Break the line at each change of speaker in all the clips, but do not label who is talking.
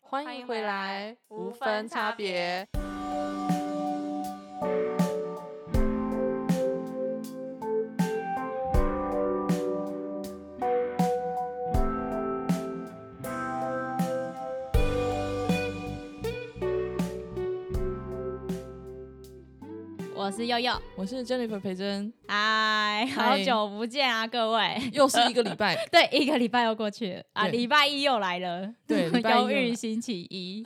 欢迎回来，无分差别。
我是悠悠，
我是 Jennifer 培珍，
嗨，好久不见啊，各位！
又是一个礼拜，
对，一个礼拜又过去了啊，
对
礼拜一又来了，
对礼拜一又
忧
来
郁星期 一，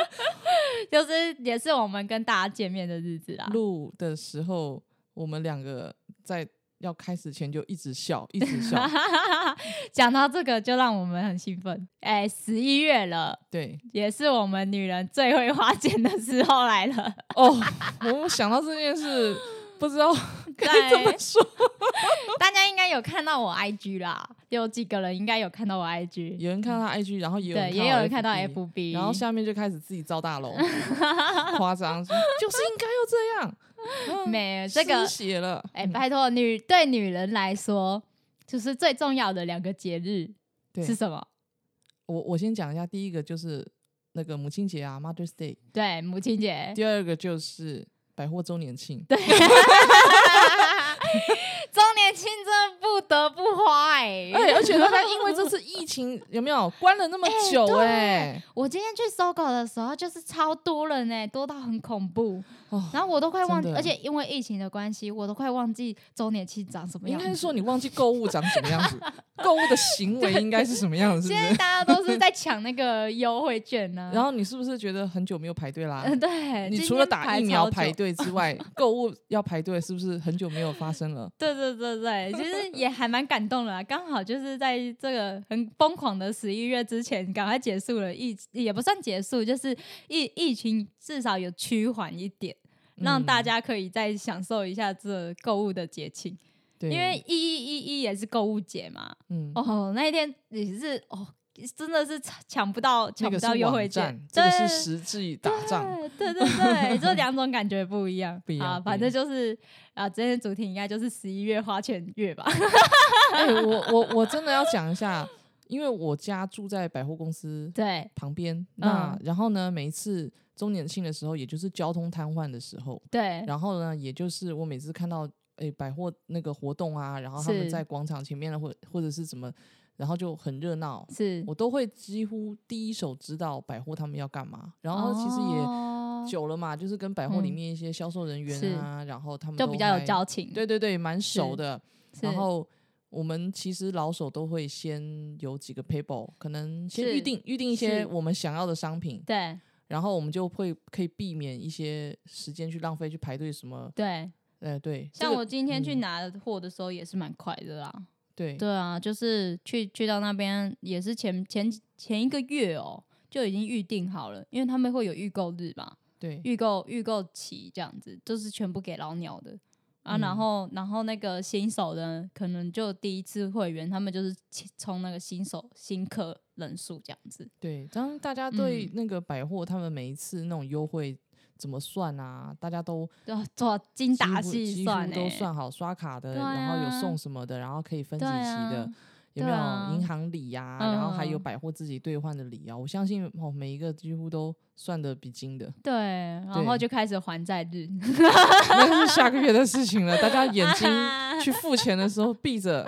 就是也是我们跟大家见面的日子啊啦。
录的时候，我们两个在要开始前就一直笑，一直 笑。
讲到这个，就让我们很兴奋。哎，十一月了，
对，
也是我们女人最会花钱的时候 来了。
哦，我想到这件事，不知道该
在
怎么说。
大家应该有看到我 IG 啦，有几个人应该有看到我 IG，
有人看到 IG，然后也有
对，
人
也有人看到
FB
FB，
然后下面就开始自己造大楼，夸张，就是应该要这样。嗯
没哎有这个
失血了，
哎、
嗯
拜托，女对女人来说，就是最重要的两个节日
对
是什么？
我我先讲一下，第一个就是那个母亲节啊，Mother's Day，
对，母亲节。
第二个就是百货周年庆，
对，周年庆真的不得不花哎、
哎，而且大家因为这次疫情有没有关了那么久
对
哎、
我今天去搜狗的时候，就是超多人哎、多到很恐怖，
哦，
然后我都快忘记，
真的欸
而且因为疫情的关系，我都快忘记周年庆长什么
应
样
该是
子。
说你忘记购物长什么样 子，购物的行为应该是什么样子，是
现
不
在
是？
大家都是在抢那个优惠券呢、
然后你是不是觉得很久没有排队啦？
嗯， 对，
你
今
除了
天
打
排
疫苗
超久
排队之 外，购物要排队，是不是很久没有发生了？
对对对对，其实也还蛮感动的啦。刚好就是在这个很疯狂的十一月之前，赶快结束了疫，也不算结束，就是疫疫情至少有趋缓一点，让
嗯
大家可以再享受一下这购物的节庆。
对，
因为一一一一也是购物节嘛。
嗯，
哦，那一天也是哦，真的是抢不到
那
抢
个
不
是
到优惠
网
券
站，这
对
个是实际打仗，
对对对，这两种感觉不一样，
不一样
啊。
不一
反正
样
就是啊，今天的主题应该就是十一月花钱月吧。
哎、我我我真的要讲一下，因为我家住在百货公司
对
旁边，那、
嗯
然后呢，每一次周年庆的时候，也就是交通瘫痪的时候，
对
然后呢，也就是我每次看到哎、百货那个活动啊，然后他们
是
在广场前面的或或者是什么，然后就很热闹。
是，
我都会几乎第一手知道百货他们要干嘛，然后其实也
也
久了嘛，就是跟百货里
哦嗯
面一些销售人
是
员啊，然后他们
就
都
比较
还
有交情，
对对对，蛮熟
是
的。
是，
然后我们其实老手都会先有几个 paper，可能先预
是
定预定一些
是
我们想要的商品，
对
然后我们就会可以避免一些时间去浪费去排队什么。
对，
呃，对，这
像
个
我今天去
嗯
拿货的时候也是蛮快的啦，
对
对啊，就是去去到那边也是前前前一个月哦。就已经预定好了，因为他们会有预购日嘛，
对
预购预购期这样子，就是全部给老鸟的啊。
嗯
然后，然后那个新手的可能就第一次会员，他们就是冲那个新手新客人数这样子。
对，当大家对
嗯
那个百货他们每一次那种优惠怎么算啊，大家都
就做精
几
打
乎
细
几
算、
乎
欸，
都算好，刷卡的，
对
然后有
啊
送什么的，然后可以分几
对
期的。
啊
有没有
对啊
银行礼呀、然后还有
嗯
百货自己兑换的礼啊，我相信哦，每一个几乎都算的比精的，
对，然后就开始还债日，
那是下个月的事情了。大家眼睛去付钱的时候闭着。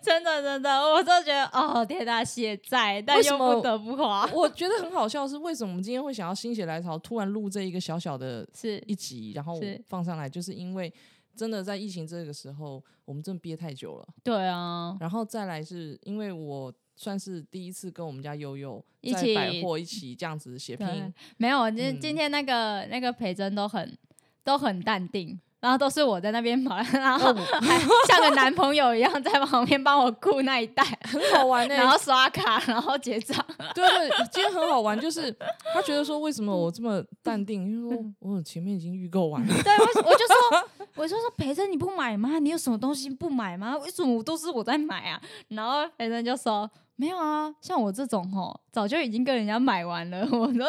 真的真的，我都觉得哦天呐，血债，但
为什
又
么
不得不花，
我觉得很好笑的是，为什么我们今天会想要心血来潮，突然录这一个小小的
是
一集，然后
是
放上来，就是因为真的在疫情这个时候，我们真的憋太久了。
对啊，
然后再来是因为我算是第一次跟我们家悠悠
一
在百
起
货一起这样子血拼
对，，没有，今、
嗯
今天那个那个培珍都很都很淡定。然后都是我在那边跑，然
哦
后还像个男朋友一样在旁边帮我顾那一带，
很好 玩呢、
然后刷卡，然后结账。
对对，今天很好玩，就是他觉得说为什么我这么淡定，因为说我前面已经预购完了，
对，我我就说，我就说培珍你不买吗？你有什么东西不买吗？为什么都是我在买啊？然后培珍就说没有啊，像我这种吼，早就已经跟人家买完了。我说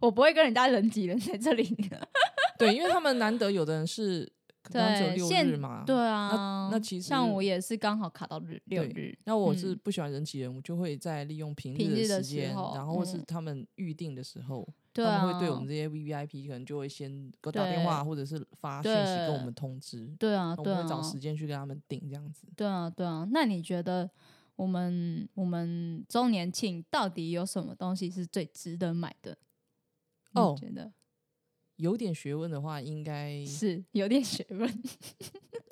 我不会跟人家人挤人在这里。
对，因为他们难得有的人是刚刚只有
对
六
现
日嘛，
对啊，
那其实
像我也是刚好卡到日六
对
日，
那我是
嗯
不喜欢人挤人，我就会在利用平
平日的
的时
时
间，
候
然后或是
嗯
他们预定的时候，
对
他
啊，
们会对我们这些 V V I P 可能就会先给我打电话，
对
或者是发信息跟我们
对
通知，
对啊，
那我
对
们
啊
会，找时间去跟他们定这样子。
对啊，对啊。那你觉得我们我们周年庆到底有什么东西是最值得买的？你
哦
觉得
有点学问的话，应该
是有点学问。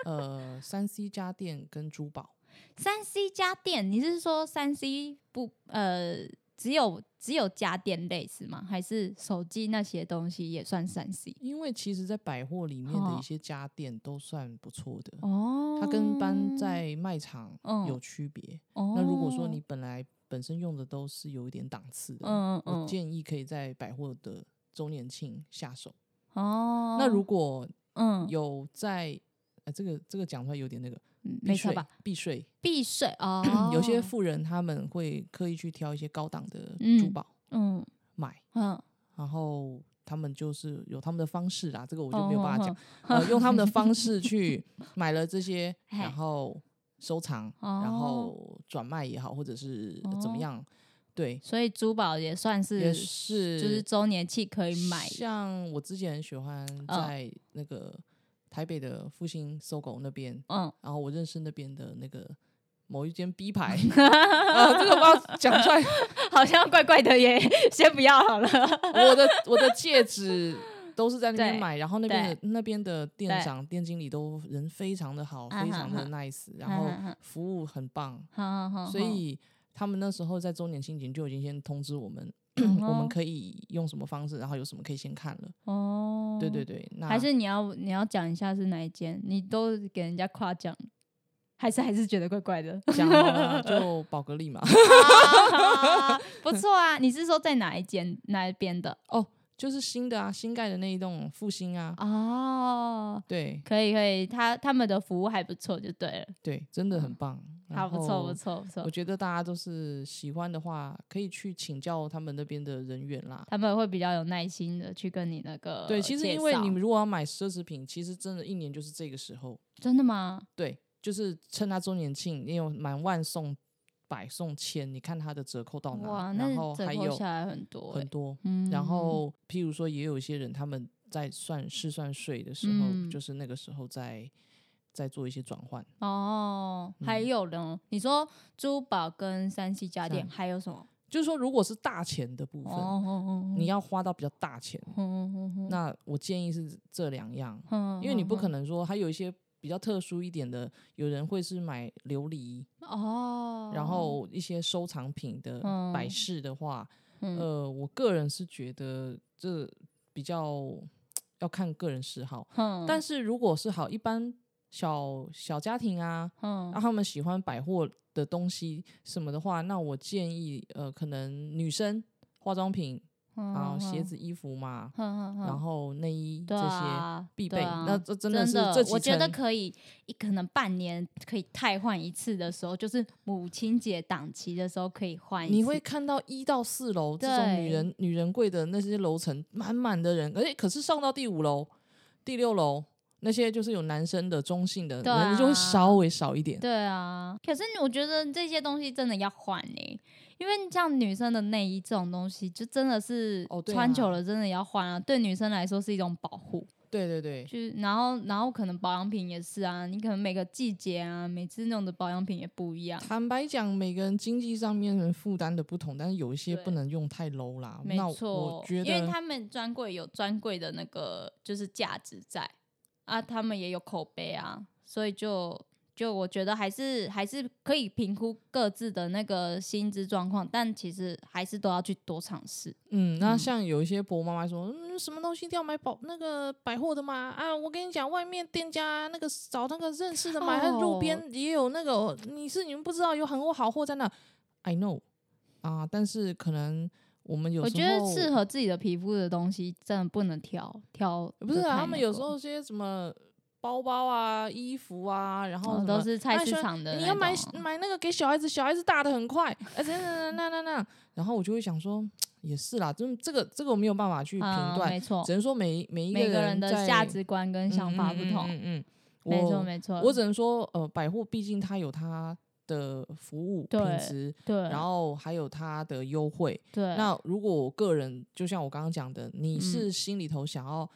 呃三 C 家电跟珠宝，
三 C 家电，你是说三 C 不呃只有只有家电类是吗？还是手机那些东西也算三 C？
因为其实，在百货里面的
哦
一些家电都算不错的，
哦
它跟搬在卖场
嗯
有区别。
哦
那如果说你本来本身用的都是有一点档次的，
嗯嗯
我
嗯
建议可以在百货的周年庆下手。
哦，
那如果
嗯
有在，呃，这个这个讲出来有点那个，
嗯
避
没错
税
吧？
避税，
避税哦，
有些富人他们会刻意去挑一些高档的珠
嗯
宝
嗯
买，
嗯
然后他们就是有他们的方式啦，这个我就没有
哦
办法
哦
讲，呃，用他们的方式去买了这些，然
嘿
后收藏，然后转卖也好，或者是呃怎么
哦
样，对，
所以珠宝也算是
也是
就是周年庆可以买
像我之前很喜欢
嗯
在那个台北的复兴搜狗那边，
嗯，
然后我认识那边的那个某一间 B 牌， 啊，这个我不知道讲出来，
好像怪怪的耶， 先不要好了。
我的我的戒指。都是在那边
对
买，然后那边
对
的那边的店
对
长、店经理都人非常的好，
啊
非
哈
常的
哈
nice，然
啊
后
哈哈
服务很棒，
好好好，
所以他们那时候在周年庆前就已经先通知我 们，我们可以用什么方式，然后有什么可以先看了。
哦，
对对，对，那
还是你要你要讲一下是哪一间，你都给人家夸奖，还是还是觉得怪怪的。
讲好了就宝格丽嘛。
啊不错啊，你是说在哪一间哪一边的？
哦，就是新的啊，新盖的那一栋复兴啊，
哦，
对
可以可以，他他们的服务还不错，就对了，
对，真的很棒，
嗯好
然
不错不
后
错不错
我，觉得大家都是喜欢的话，可以去请教他们那边的人员啦。
他们会比较有耐心的去跟你那个
对，其实
呃介
因为
绍
你们如果要买奢侈品，其实真的一年就是这个时候，
真的吗？
对，就是趁他周年庆，你有满万送百送千，你看它的折扣到
哇，
哪，
那
哦然后
折
还
扣
有
下来很多、欸，
很多，
嗯，
然后譬如说也有一些人他们在算试算税的时候，
嗯
就是那个时候在在做一些转换，
哦，
嗯
还有呢，你说珠宝跟三 C 家电
三
还有什么？
就是说如果是大钱的部
哦
分，
哦哦，
你要花到比较大钱，
哦哦哦
那我建议是这两样，
哦，
因为你不可
能
能说还有一些。比较特殊一点的，有人会是买琉璃，
哦，
然后一些收藏品的
嗯
摆饰的话，
嗯
呃，我个人是觉得这比较要看个人嗜好，
哼，
但是如果是好一般小小家庭啊，
嗯
让他们喜欢百货的东西什么的话，那我建议呃，可能女生化妆品
嗯
啊、鞋，子、衣服嘛，
哼哼
然后内衣这
嗯对
些
啊，
必
对
备。
啊
那这真
真
是这几
我觉得
层
可以，一可能半年可以汰换一次的时候，就是母亲节档期的时候可以换一次。
你会看到一到四楼这种女
对
人女人柜的那些楼层满满的人，而且可是上到第五楼、第六楼那些就是有男生的中性的，
对
人就会
啊
稍微少一点。
对啊，可是我觉得这些东西真的要换呢、因为像女生的内衣这种东西，就真的是
哦对啊
穿久了真的要换啊。对女生来说是一种保护，
对对对，
就是然后然后可能保养品也是啊，你可能每个季节啊，每次弄的保养品也不一样。
坦白讲，每个人经济上面的负担的不同，但是有一些
对
不能用太 low 啦。
没
那
错
我，觉
因为
得
他们专柜有专柜的那个就是价值在啊，他们也有口碑啊，所以就就我觉得还是还是可以评估各自的那个薪资状况，但其实还是都要去多尝试。
嗯，那
嗯
像有一些婆妈妈说，嗯，什么东西一定要买保那个百货的嘛？啊，我跟你讲，外面店家那个找那个认识的买，他、路
哦
边也有那个，哦你是你们不知道有很多好货在那。I know 啊，但是可能我们有
我
时
觉得
候
适合自己的皮肤的东西，真的不能挑挑得太那个。
不是、啊、他们有时候这些什么包包啊、衣服啊，然后
哦
什
都
么
是菜
那
市
喜欢
场的
你
那
要买
种
啊买那个给小孩子，小孩子大的很快，哎，那那那那那，然后我就会想说，也是啦，真这个这个我没有办法去评
啊
断，
没错
只，能说每每一
每个人的
在
价值观跟想法不同，
嗯嗯嗯嗯嗯
没错
我
没错，
我只能说，呃，百货毕竟它有它的服务品
对
质，
对，
然后还有它的优惠。
对，
那如果我个人，就像我刚刚讲的，你
嗯
是心里头想要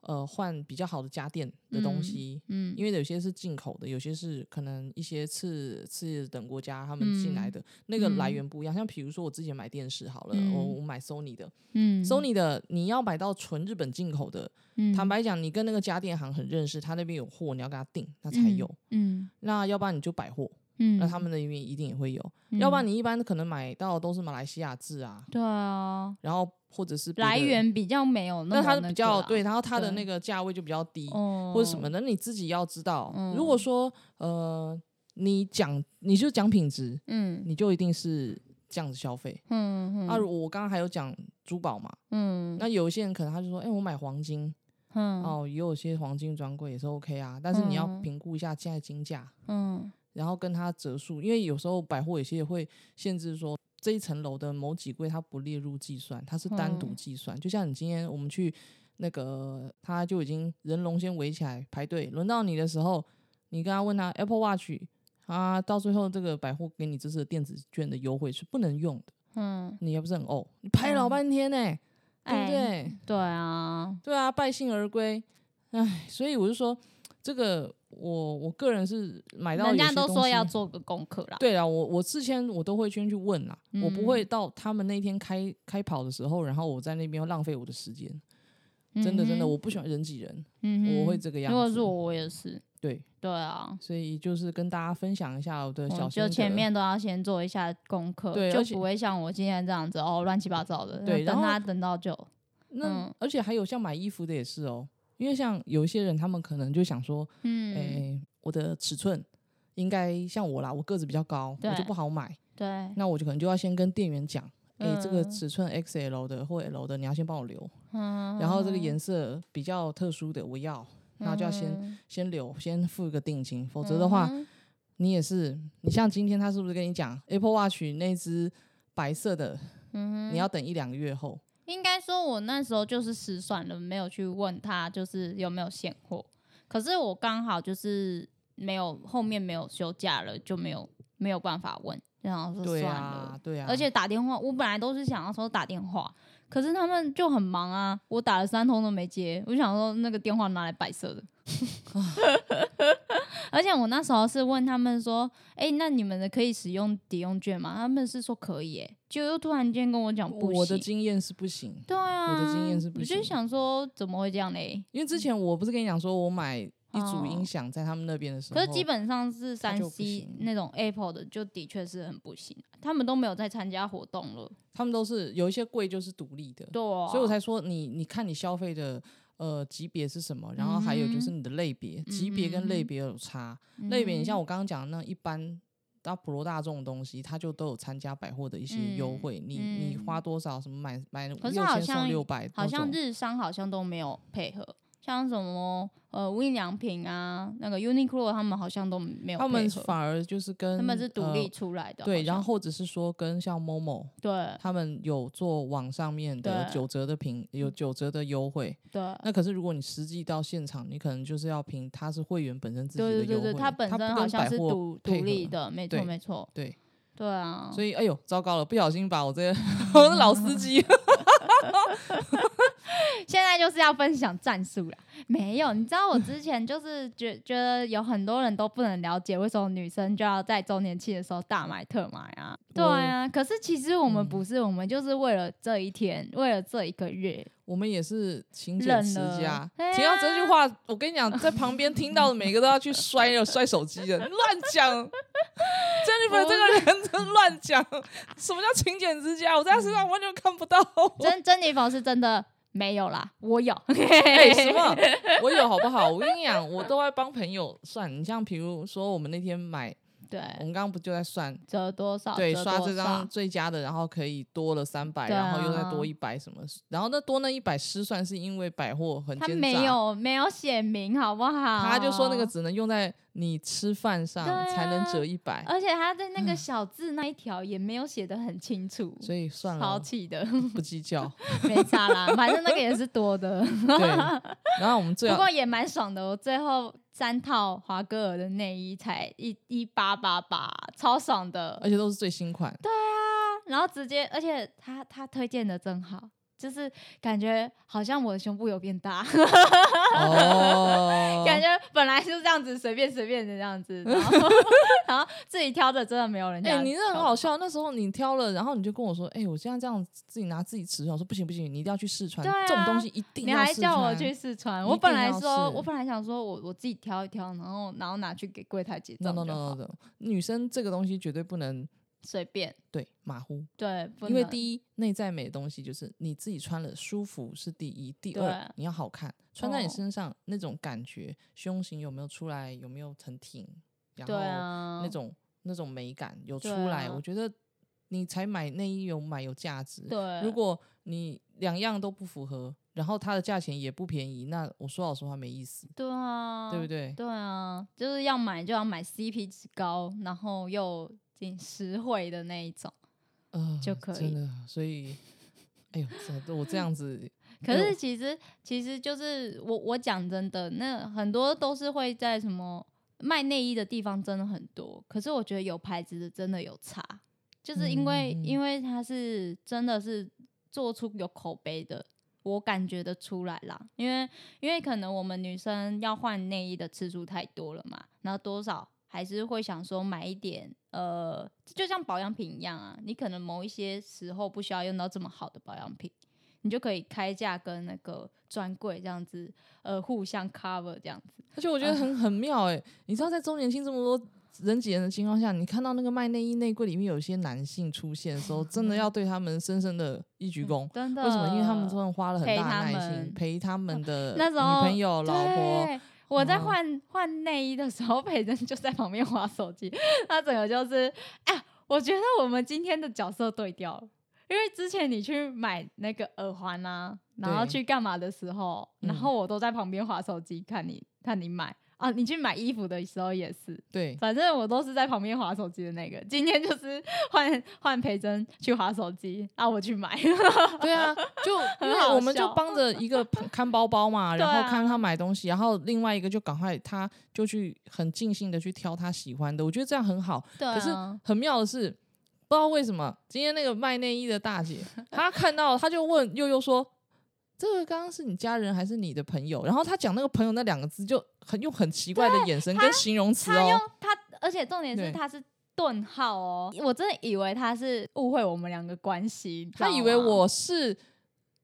呃换比较好的家电的东
嗯
西，
嗯，
因为有些是进口的，有些是可能一些次次等国家他们进来的、那个来
嗯
源不一样。像比如说我之前买电视好了，我
嗯
我买 Sony 的、
嗯
s o n y 的你要买到纯日本进口的，
嗯
坦白讲，你跟那个家电行很认识，他那边有货，你要跟他订，他才有。，
嗯
那要不然你就百货，
嗯，
呃那他们那边一定也会有。要不然
你
你一般可能买到都是马来西亚制啊，
对啊，
然后或者是别的
来，源比较没有那
那
么
它
个
比较
啦
对，，然后它的
对
那个价位就比较低。
哦，
或者什么的，你自己要知道。如
嗯
果说呃，你讲你就讲品质，
嗯，
你就一定是这样子消费。
嗯嗯
啊，我刚刚还有讲珠宝嘛，
嗯
那有一些人可能他就说，哎、我买黄金、
嗯
哦，也有些黄金专柜也是 OK 啊，但是你要
嗯
评估一下现在金价，
嗯
然后跟它折数，因为有时候百货有些也会限制说。这一层楼的某几柜，它不列入计算，它是单独
嗯
计算。就像你今天我们去那个，他就已经人龙先围起来排队，轮到你的时候，你跟他问他 Apple Watch 啊，到最后这个百货给你这次的电子券的优惠是不能用的，
嗯，
你还不是很哦？你排老
嗯
半天呢、对
哎
不对？
对啊，
对啊，败兴而归。唉，所以我就说，这个我我个人是买到
人
有
家
些
都
东
说
西
要做个功课啦，
对啊，我我事先我都会先去问啦，我不
嗯
会到他们那天开开跑的时候，然后我在那边浪费我的时间。真的真的，
嗯哼
我不喜欢人挤人，
嗯哼
我会这个样
如果
子
是我，我也是，
对，
对啊。
所以就是跟大家分享一下我的小
我
心得
哦就前面都要先做一下功课，
对
就
而且
不会像我今天这样子哦，乱七八糟的。
对然
等
后
他等到就
那、
嗯
而且还有像买衣服的也是哦，因为像有一些人他们可能就想说，哎、
嗯，
我的尺寸应该像我啦，我个子比较高，我就
对
不好买，
对，
那我就可能就要先跟店员讲。哎、这个
嗯
尺寸 XL 的或 L 的，你要先帮我留。
嗯，
然后这个颜色比较特殊的，我要，那就要先、
嗯
先留，先付一个定金，否则的话，
嗯
你也是，你像今天他是不是跟你讲 Apple Watch 那只白色的，
嗯
你要等一两个月后，
应该说，我那时候就是失算了，没有去问他就是有没有现货。可是我刚好就是没有，后面没有休假了，就没有没有办法问，然后说
对
算了。
啊，对啊，
而且打电话，我本来都是想要说打电话，可是他们就很忙啊，我打了三通都没接，我就想说那个电话拿来摆设的。 而且我那时候是问他们说，哎、那你们的可以使用抵用券吗？他们是说可以、欸，就又突然间跟我讲不行。
我的经验是不行，
对啊，
的经验是不
我就
行
想说，怎么会这样嘞？
因为之前我不是跟你讲说我买一组
哦
音响在他们那边的时候，
可是基本上是
它
三
就不
C
行
那种 Apple 的，就的确是很不行，他们都没有在参加活动了。
他们都是有一些柜就是独立的，
对啊、
所以我才说你，你看你消费的呃级别是什么，然后还有
嗯
就是你的类别，级别跟类别有差。类别，你像我刚刚讲的那一般，那普罗大众的东西，它就都有参加百货的一些优
嗯
惠，你你
嗯
花多少，什么买买六
可是好
千
像
送六百，
好像日商好像都没有配合，像什么呃无印良品啊，那个 Uniqlo 他们好像都没有
他们
配合
反而就是跟
他们是独
呃
立出来的。
对，
好
然
像
后或者是说跟像 Momo。
对
他们有做网上面的
对
九折的评，有九折的优惠。
对。
那可是如果你实际到现场，你可能就是要评它是会员本身自己的优惠，
对对对对，它本
不
身好
跟
像
百
是
货
独独
配合
立的，没错
对
没错，
对，
对啊，
所以哎呦，糟糕了，不小心把我 这个我是老司机，
现在就是要分享战术啦。没有，你知道我之前就是觉觉得有很多人都不能了解为什么女生就要在周年庆的时候大买特买啊。对啊，可是其实我
嗯
们不是，我们就是为了这一天，为了这一个月，
我们也是勤俭持
忍
家
了。哎呀
听到这句话，我跟你讲，在旁边听到的每个都要去摔摔手机 的，乱讲。真日本这个人真乱讲，什么叫勤俭持家？我在他身上完全看不 到。
珍珍妮佛是真的没有啦，我有。
哎、什么？我有好不好？我跟你讲，我都在帮朋友算。你像比如说，我们那天买
对，
我们刚刚不就在算，
折多少？
对，
折
刷
多
这张
少
最佳的，然后可以多了三百、
对
然后又再
啊
多一百什么，然后那多那一百失算是因为百货很
他
奸诈，
没有没有写明，好不好？
他就说那个只能用在你吃饭上、
对啊
才能折一百，
而且他在那个小字那一条也没有写的很清楚，
嗯所以算
超
了，哦
气的，
不计 较。
没差啦，反正那个也是 多的，
对，然后我们最
不
好
过也蛮爽的。我最后三套华歌尔的内衣才一一八八八，超爽的。
而且都是最新款，
然后直接，而且他他推荐的真好，就是感觉好像我的胸部有变大，
哦，
感觉本来就是这样子随便随便的这样 子，然后 然后自己挑的真的没有人家
哎、
挑。
你这很好笑。那时候你挑了，然后你就跟我说：“哎、我现在这样自己拿自己尺寸，我说不行不行，你一定要去试穿，
对啊
这种东西一定
你
要
还
试穿。”
叫我去试穿，
一
我本
定
来
要
说，
试
我本来想说我我自己挑一挑，然后然后拿去给柜台结
no
账
no
就
no no
好，
no，女生这个东西绝对不能
随便。
对马虎，
对，不
因为
能
第一内在美的东西就是你自己穿了舒服是第一，第
对
二你要好看，穿在你
哦
身上、那种感觉，胸型有没有出来，有没有很挺，然后
对啊，
那种那种美感有出
对
来，
啊
我觉得你才买内衣有买有价值。
对，
如果你两样都不符合，然后它的价钱也不便宜，那我说老实话没意思，
对啊，
对不？对？
对啊，就是要买就要买 CP 值高，然后又挺实惠的那一种。
呃，
就可
真
以
的，所以，哎呦，这我这样子
可
因为
是
我
其实其实就是我我讲真的，那很多都是会在什么卖内衣的地方真的很多，可是我觉得有牌子的真的有差，就是因为、
嗯嗯嗯
因为它是真的是做出有口碑的。我感觉得出来啦，因为因为可能我们女生要换内衣的次数太多了嘛，然后多少还是会想说买一点，呃，就像保养品一样啊，你可能某一些时候不需要用到这么好的保养品，你就可以开价跟那个专柜这样子，呃，互相 cover 这样子。
而且我
啊
觉得很很妙哎、你知道在周年庆这么多人挤人的情况下，你看到那个卖内衣内柜里面有一些男性出现的时候，真的要对他们深深的一鞠躬。
嗯真的？
为什么？因为他们真的花了很
陪
大
他
的耐心
们
陪他们的
那时候
呃女朋友、老婆，
对。我在
嗯
换换内衣的时候，佩珍就在旁边划手机，她整个就是，哎、我觉得我们今天的角色对调了，因为之前你去买那个耳环啊，然后
对
去干嘛的时候，然
嗯
后我都在旁边划手机看你看你买啊，你去买衣服的时候也是，
对，
反正我都是在旁边划手机的那个。今天就是换换培珍去划手机，啊，我去买。
对啊，就因为
好
我们就
笑
帮着一个看看包包嘛，
对
然
啊
后看他买东西，然后另外一个就赶快他就去很尽兴的去挑他喜欢的，我觉得这样很好。
对啊
可是很妙的是，不知道为什么今天那个卖内衣的大姐，她看到她就问悠悠说：“这个刚刚是你家人还是你的朋友？”然后她讲那个朋友那两个字就很用很奇怪的眼神跟形容词
啊他用
哦，
他，而且重点
对
是他是顿号哦，我真的以为他是误会我们两个关系，
她
你
以
知道
为
吗
我是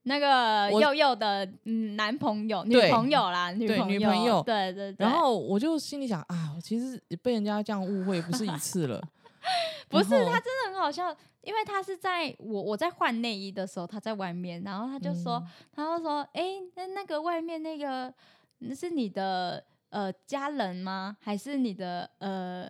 那个
我
佑佑的嗯男朋友、女
对
朋友啦，女
对
朋友，
女朋友
对对对。
然后我就心里想啊，其实被人家这样误会不是一次了，
不
然
是
后
他真的很好笑，因为他是在我我在换内衣的时候，他在外面，然后他就说，
嗯
他就说，哎、那那个外面那个嗯是你的呃家人吗？还是你的呃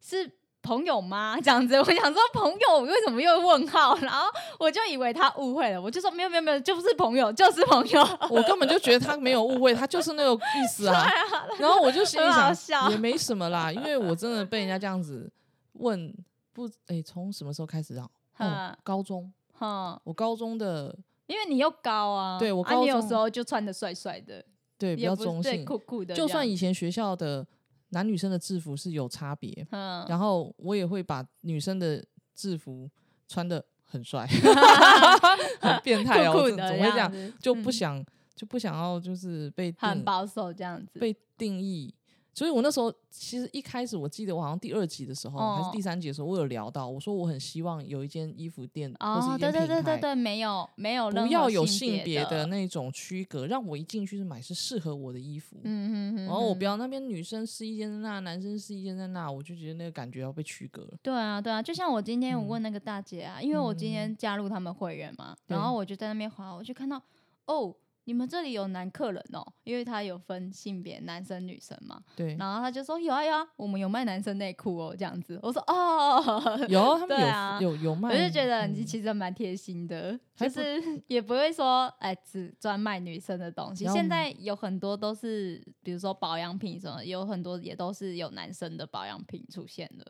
是朋友吗？这样子，我想说朋友为什么又问号？然后我就以为他误会了，我就说没有没有没有，就是朋友，就是朋 友。
我根本就觉得他没有误会，他就是那个意思啊。 然后我就心里
很好
想，
笑
也没什么啦，因为我真的被人家这样子问，不，哎、从什么时候开始啊？哦
嗯，
高中，
哈、
我高中的
因为你又高啊，
对我
啊，你
高
有
中
时候就穿的帅帅的，
对比
也
较
不
中
是对
性，
酷酷的这样，
就算以前学校的男女生的制服是有差别，
嗯，
然后我也会把女生的制服穿的很 帅， 很变态哦，
酷酷
总
的
总会这样，
子
就不
嗯
想、就不想要就是被定
很保守这样子。
嗯被定义。所以我那时候其实一开始，我记得我好像第二集的时候、还是
哦
第三集的时候，我有聊到，我说我很希望有一间衣服店、或是
哦
一，
对
间品
对
牌，
对对对，没有没有
不
任何
要有
性
性别
的嗯
的，那种区隔，让我一进去是买是适合我的衣服。
嗯嗯嗯，
然后我不
要。
要那边女生试衣间在那，男生试衣间在那，我就觉得那个感觉要被区隔了。
对啊，对啊，就像我今天我
嗯
问那个大姐啊，因为我今天加入他们会员嘛，然
对
后我就在那边滑，我就看到哦，你们这里有男客人哦，因为他有分性别，男生女生嘛。
对，
然后他就说有啊有啊，我们有卖男生内裤哦，这样子。我说 哦，
有他们
对
有、
啊
有有卖，
我就觉得
嗯
你其实蛮贴心的，
还
就
不
是 也不会说哎只专卖女生的东西。
然后
现在有很多都是，比如说保养品什么，有很多也都是有男生的保养品出现的。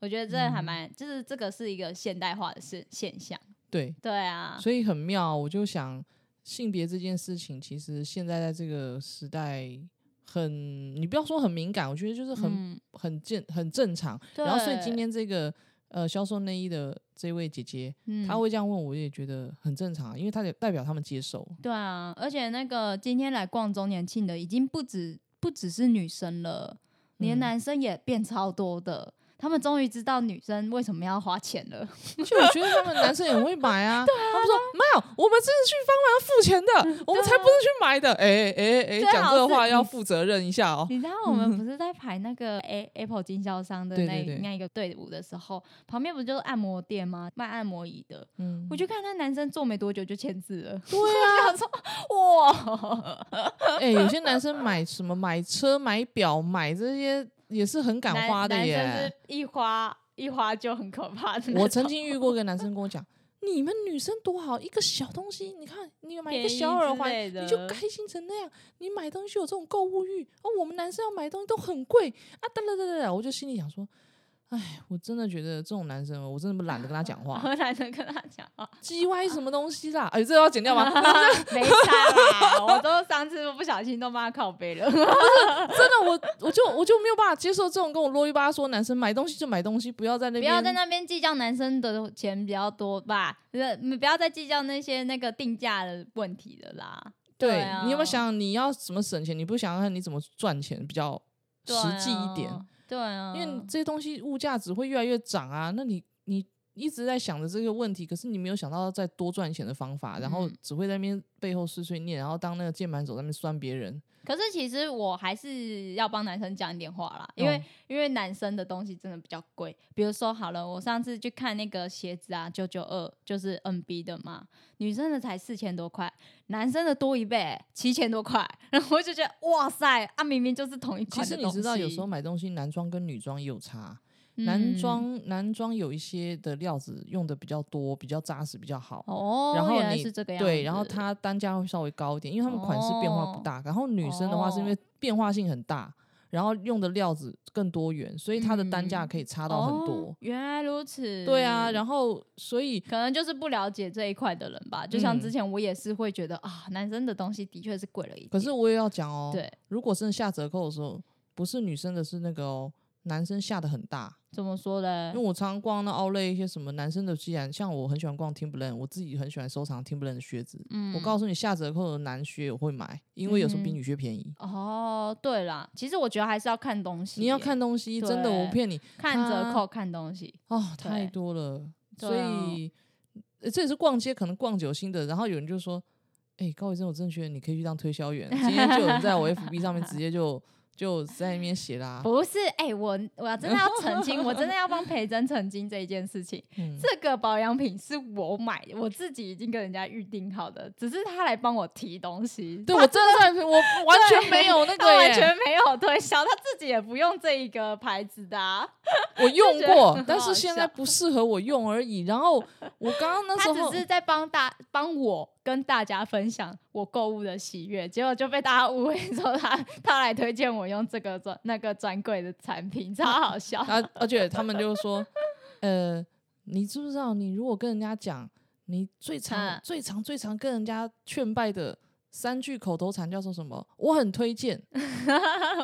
我觉得这
嗯
还蛮，就是这个是一个现代化的现现象。
对，
对啊，
所以很妙。我就想，性别这件事情，其实现在在这个时代很，你不要说很敏感，我觉得就是很、
嗯，
很正很正常。
对
然后，所以今天这个呃销售内衣的这位姐姐，
嗯
她会这样问，我也觉得很正常啊，因为她也代表他们接受。
对啊，而且那个今天来逛周年庆的，已经不止不只是女生了，连
嗯
男生也变超多的。他们终于知道女生为什么要花钱了。
就我觉得他们男生也很会买 啊，他们说没有，我们这是去帮忙付钱的，我们才不是去买的。哎哎哎，
嗯啊最
讲
好
这个
是
话
你
要负责任一下哦。
你知道我们不是在排那个 A Apple 经销商的
对
那
对对
那一个队伍的时候，旁边不就是按摩店吗？卖按摩椅的，
嗯
我就看那男生做没多久就签字 了。
对啊，
我想说，哇，
哎、有些男生买什么买车、买表、买这些也是很敢花的
男男生
耶
是。一花一花就很可怕的那种。
我曾经遇过一个男生跟我讲：“你们女生多好，一个小东西，你看你买一个
便宜
小耳
之
环，
类
你就
的，
开心成那样。你买东西有这种购物欲，而、我们男生要买东西都很贵啊！”哒哒哒哒，我就心里想说：“哎，我真的觉得这种男生，我真的不懒得跟他讲话
男生跟他讲话，
叽歪什么东西啦？哎，这个要剪掉 吗？
没差啦，我都上次不小心都骂靠背了。
真的，我我就我就没有办法接受这种跟我啰里吧嗦，男生买东西就买东西，不要在那
不
边
要在那边计较男生的钱比较多吧，就是你不要再计较那些那个定价的问题了啦。
对
对啊
你有没有想你要怎么省钱？你不想想看你怎么赚钱比较
对
实际一点？
啊，对啊，
因为这些东西物价只会越来越涨啊。那你你一直在想着这个问题，可是你没有想到再多赚钱的方法，然后
嗯
只会在那边背后碎碎念，然后当那个键盘手在那边酸别人。
可是其实我还是要帮男生讲一点话啦，因为、
嗯
哦因为男生的东西真的比较贵。比如说好了，我上次去看那个鞋子啊，九九二就是 NB 的嘛，女生的才四千多块，男生的多一倍、七千多块。然后我就觉得哇塞，啊明明就是同一
其
款
实
的
你
东西。
知道，有时候买东西男装跟女装也有差。
嗯
男装男装有一些的料子用的比较多，比较扎实，比较好。
哦，
然后
原来
你
是这个样子。哦
对，然后它单价会稍微高一点，因为他们款式变化不大。然后女生的话是因为变化性很大，然后用的料子更多元，所以它的单价可以差
拿
到很多。
哦原来如此。
对啊，然后所以
可能就是不了解这一块的人吧，就像
嗯
之前我也是会觉得、啊，男生的东西的确是贵了一点。
可是我也要讲哦，
对，
如果是下折扣的时候，不是女生的是那个哦。男生下的很大，
怎么说
因
嘞
为？我常常逛那 Outlet 一些什么男生的，既然像我很喜欢逛 Timberland，我自己很喜欢收藏 Timberland 的靴子。
嗯
我告诉你，下折扣的男靴我会买，因为有时候比
嗯哼
女靴便宜。
哦，对啦，其实我觉得还是要看东西耶，
你要看东西，真的，我
对
不骗你，
看折
它
扣，看东西。
哦，太
对
多了，
对
所
啊
以、呃这也是逛街可能逛久新的，然后有人就说：“哎、高伟真，我真的觉得你可以去当推销员。”今天就有人在我 FB 上面直接就就在那边写啦、
不是，哎、我我真的要澄清，我真的要帮培真澄清这一件事情。
嗯，
这个保养品是我买的，我自己已经跟人家预定好的，只是他来帮我提东西。
对我真的在， 我完全没有那
他
个
完
耶
全没有推销，他自己也不用这一个牌子的、啊，
我 用
觉得
过
很，
但
好
是现在
笑
不适合我用而已。然后我刚刚那时
他
候
只是在帮大帮我跟大家分享我购物的喜悦，结果就被大家误会说他他来推荐我用这个专那个专柜的产品，超好笑。
啊，而且他们就说，呃，你知不知道，你如果跟人家讲，你最常、
嗯
最常、最常跟人家劝败的三句口头禅叫做什么？我很推 荐。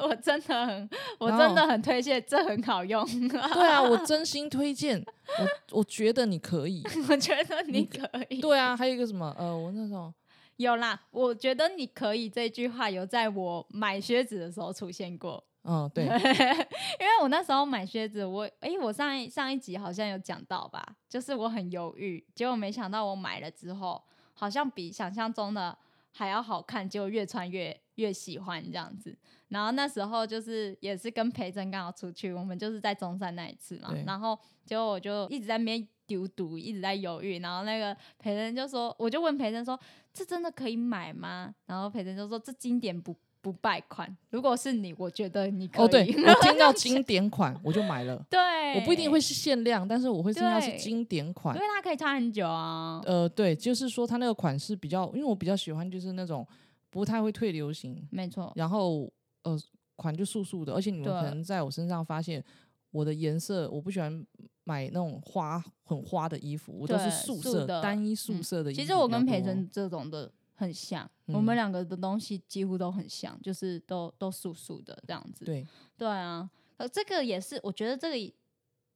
我真的很，我
然后
真的很推荐，这很好用，
对啊，我真心推荐，我我觉得你可以。
我觉得 你可以。
对啊，还有一个什么，呃，我那时候
有啦，我觉得你可以这句话有在我买靴子的时候出现过。
嗯， 对，
因为我那时候买靴子，我诶，我上一上一集好像有讲到吧，就是我很犹豫，结果没想到我买了之后，好像比想象中的还要好看，结果越穿越越喜欢这样子。然后那时候就是也是跟培珍刚好出去，我们就是在中山那一次嘛
对，
然后结果我就一直在那边丢毒，一直在犹豫。然后那个培珍就说，我就问培珍说，这真的可以买吗？然后培珍就说，这经典不不败款，如果是你，我觉得你可以。
哦，对我听到经典款我就买了，
对，
我不一定会是限量，但是我会听到是
对
经典款
因。为它可以穿很久啊。
呃，对，就是说它那个款式比较，因为我比较喜欢就是那种不太会退流行，
没错，
然后呃款就素素的，而且你们可
对
能在我身上发现我的颜色，我不喜欢买那种花很花的衣服，我都是
对
素
素
色
的
单一素
嗯
色的衣服
其
比
实
较多。
我跟培珍这种的很像，我
嗯
们两个的东西几乎都很像，就是都都素素的这样子。
对
对啊，呃，这个也是，我觉得这个也，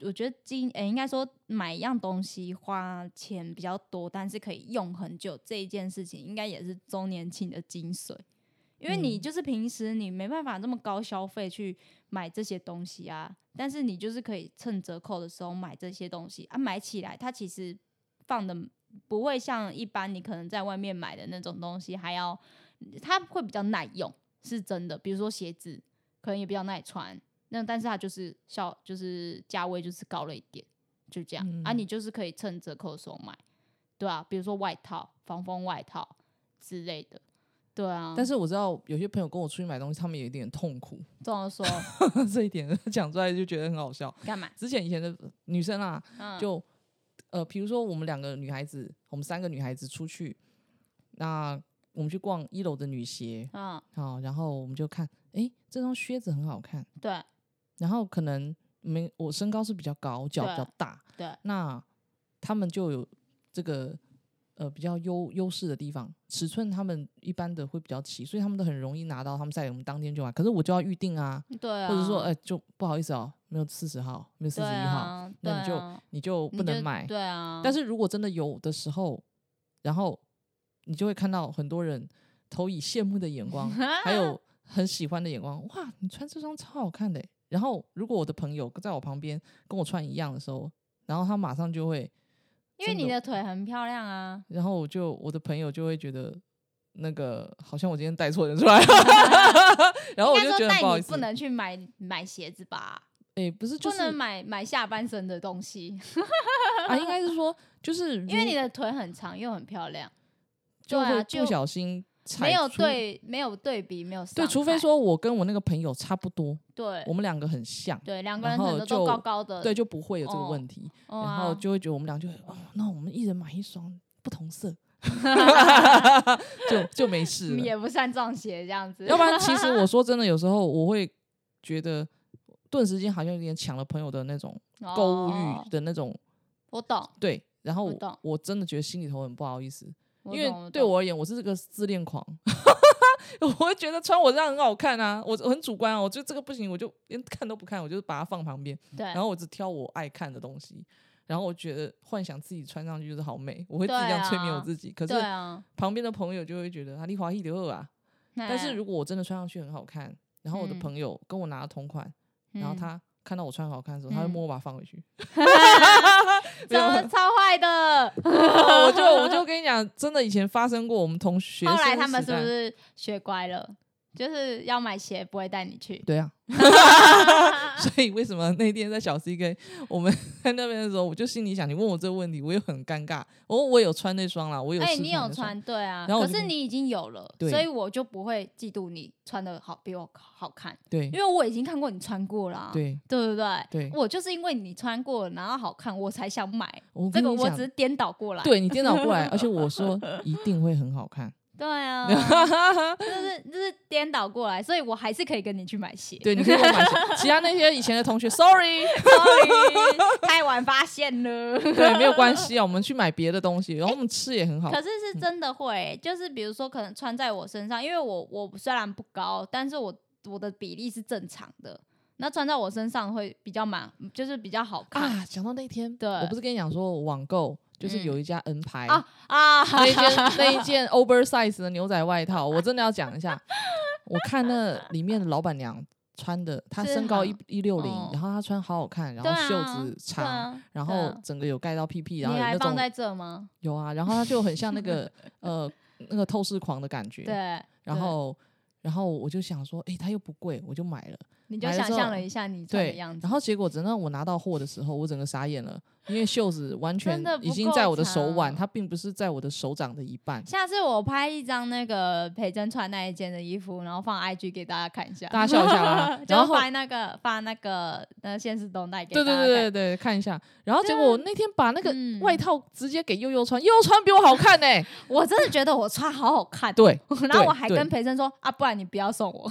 我觉得今诶、应该说买一样东西花钱比较多，但是可以用很久这一件事情，应该也是周年庆的精髓。因为你
嗯
就是平时你没办法那么高消费去买这些东西啊，但是你就是可以趁折扣的时候买这些东西啊，买起来它其实放的不会像一般你可能在外面买的那种东西还要，它会比较耐用，是真的。比如说鞋子，可能也比较耐穿，那但是它就是效就是价位就是高了一点，就这样、啊，
嗯
你就是可以趁折扣的时候买，对啊，比如说外套、防风外套之类的，对啊。
但
是
是我知道有些朋友跟我出去买东西，他们有一点痛苦，
这么说
这一点 讲出来就觉得很好笑。
干嘛？
之前以前的女生啊，
嗯，
就呃，比如说我们两个女孩子，我们三个女孩子出去，那我们去逛一楼的女鞋，
嗯，
好，然后我们就看，诶，这双靴子很好看，
对
然后可能没我身高是比较高，脚比较
对
大，
对，
那他们就有这个呃比较优优势的地方，尺寸他们一般的会比较齐，所以他们都很容易拿到，他们在我们当天就买，可是我就要预定啊，
对啊，
或者说，哎、就不好意思哦，没有四十号，没有四
对
十一号，
啊，
那你
对
就
啊
你就
你
不能
就
买。
对啊，
但是如果真的有的时候，然后你就会看到很多人投以羡慕的眼光，还 有很喜欢的眼光。哇，你穿这双超好看的欸。然后如果我的朋友在我旁边跟我穿一样的时候，然后他马上就会，
因为
真
你
的，
的腿很漂亮啊
然后我就我的朋友就会觉得那个好像我今天带错人出来 了，然后我
应
就觉
该说
得很
带
不好意
你
思
不。能去买买鞋子吧，
哎、不是，就
不
是
能买买下半身的东西，
啊，应该是说就是
因为
如
你的腿很长又很漂亮，
就
对啊
会
就
不小心踩
没有
出
对没有对比，没有
对，
伤
除非
害
说我跟我那个朋友差不多，
对
我们两个很像，
对两个
然
人可
后
能
就
都高高的，
对，就不会有这个
哦
问题，
哦
然
啊
后就会觉得我们俩就会哦，那我们一人买一双不同 色，就就没事了。
也不算撞鞋这样子，
要不然，其实我说真的，有时候我会觉得顿时间好像有点抢了朋友的那种购物
哦
欲的那种
我懂，
对，然后
我
我
懂
我真的觉得心里头很不好意思，
我
因为
懂
对
懂
我而言，我是这个自恋狂， 我会觉得穿我这样很好看啊，我我很主观啊，我觉得这个不行，我就连看都不看，我就把它放旁边，
对，
然后我只挑我爱看的东西，然后我觉得幻想自己穿上去就是好美，我会自己
对
这样催眠我
啊
自己。可是
对啊，
旁边的朋友就会觉得啊，你华裔的二啊，但是
哎
如果我真的穿上去很好看，然后我的
嗯
朋友跟我拿了同款，然后
嗯
他看到我穿好看的时候，他会
嗯
摸我把它放回 去，没
怎
有
么超 坏的？
哦 我就我就跟你讲，真的以前发生过，我们同学
后来
生
他们
时
是不
代
是学乖了？就是要买鞋不会带你去，
对啊， 所以为什么那天在小 CK 我们在那边的时候，我就心里想，你问我这个问题，我也很尴尬。我我有穿那双啦，我有
哎、
试
你有
那
穿对啊，
然后我
可
就是跟
你已经有了，
对
所以我就不会嫉妒你穿的好比我好看，
对
因为我已经看过你穿过了、啊，
对
对不对？
对，
我就是因为你穿过然后好看，我才想买。
我跟
这个
你
我
讲
只，是颠倒过来，
对你颠倒过来，而且我说一定会很好看。
对啊，就是就是颠倒过来，所以我还是可以跟你去买鞋。
对，你可以跟我买鞋。其他那些以前的同学，sorry，
Sorry，太晚发现了。
对，没有关系啊，我们去买别的东西，然后我们吃也 很好嗯
可。是是真的会欸、就是比如说可能穿在我身上，因为我我虽然不高，但是我我的比例是正常的，那穿在我身上会比较蛮，就是比较好看
啊，讲到那天，
对
我不是跟你讲说我网购就是
嗯
有一家 N 牌
啊啊。
那一件那一件 oversize 的牛仔外套，我真的要讲一下。我看那里面的老板娘穿的，她
是
身高
好
一一六零
哦，
然后她穿好好看，然后
对啊
袖子长，
对啊
然
对
后
啊
整个有盖到屁屁，
你
然后有
还
那
放
种
在这吗？
有啊，然后她就很像那 个呃那个透视狂的感觉。
对，啊
然
对
后然后我就想说，诶，它又不贵，我就买了。
你就
来的
想
时候
象了一下你穿的
对，
样子，
然后结果等到我拿到货的时候，我整个傻眼了，因为袖子完全
真的不
已经
够
在我的手腕，
长
它并不是在我的手掌的一半。
下次我拍一张那个培珍穿那一件的衣服，然后放 IG 给大家看一下，
大家笑一下啦
就
然后
发那个发那个那现实动态给
对
大
对
家看。啊
对对对，看一下。然后结果我那天把那个
嗯
外套直接给悠悠穿，悠悠穿比我好看呢、
我真的觉得我穿好好看。
对
然后
对
我还
对
跟培珍说啊，不然你不要送我。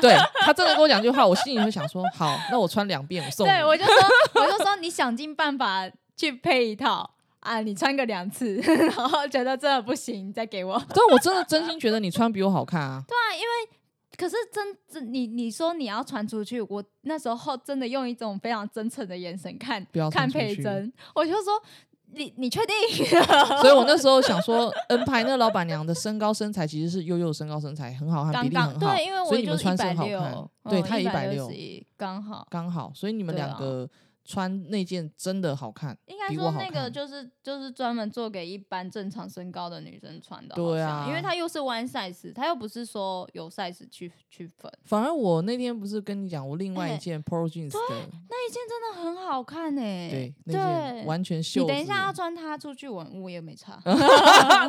对，他真的跟我讲这句话，我心里会想说， 好，那我穿两遍，我送你。
对，我就说，我就说你想尽办法去配一套啊，你穿个两次， 然后觉得真的不行，你再给我。
但我真的真心觉得你穿比我好看啊。
可是真真你你说你要传出去，我那时候真的用一种非常真诚的眼神看
不要传
看
出
佩
去啊
珍，我就说你你确定？
所以我那时候想说，N 牌那老板娘的身高身材其实是悠悠的身高身材很好看，比
刚
例
刚
很好，
对，因为
所
我
以你
就
们
一
穿是
百
很好
六
看，，
嗯
对她
一
160
刚好。
刚好，所以你们
对啊
两个穿那件真的好看。
应该
比
说
我好
那个
看
就是就是专门做给一般正常身高的女生穿的，好
对
像因为
啊
它又是 one size，它又不是说有 size 去区分，
反而我那天不是跟你讲，我另外
哎
一件 Pro Jeans 的，
那一件真的很好看呢、
对，那
对，
件完全袖
你
子。
等一下要穿它出去，我我也 没差，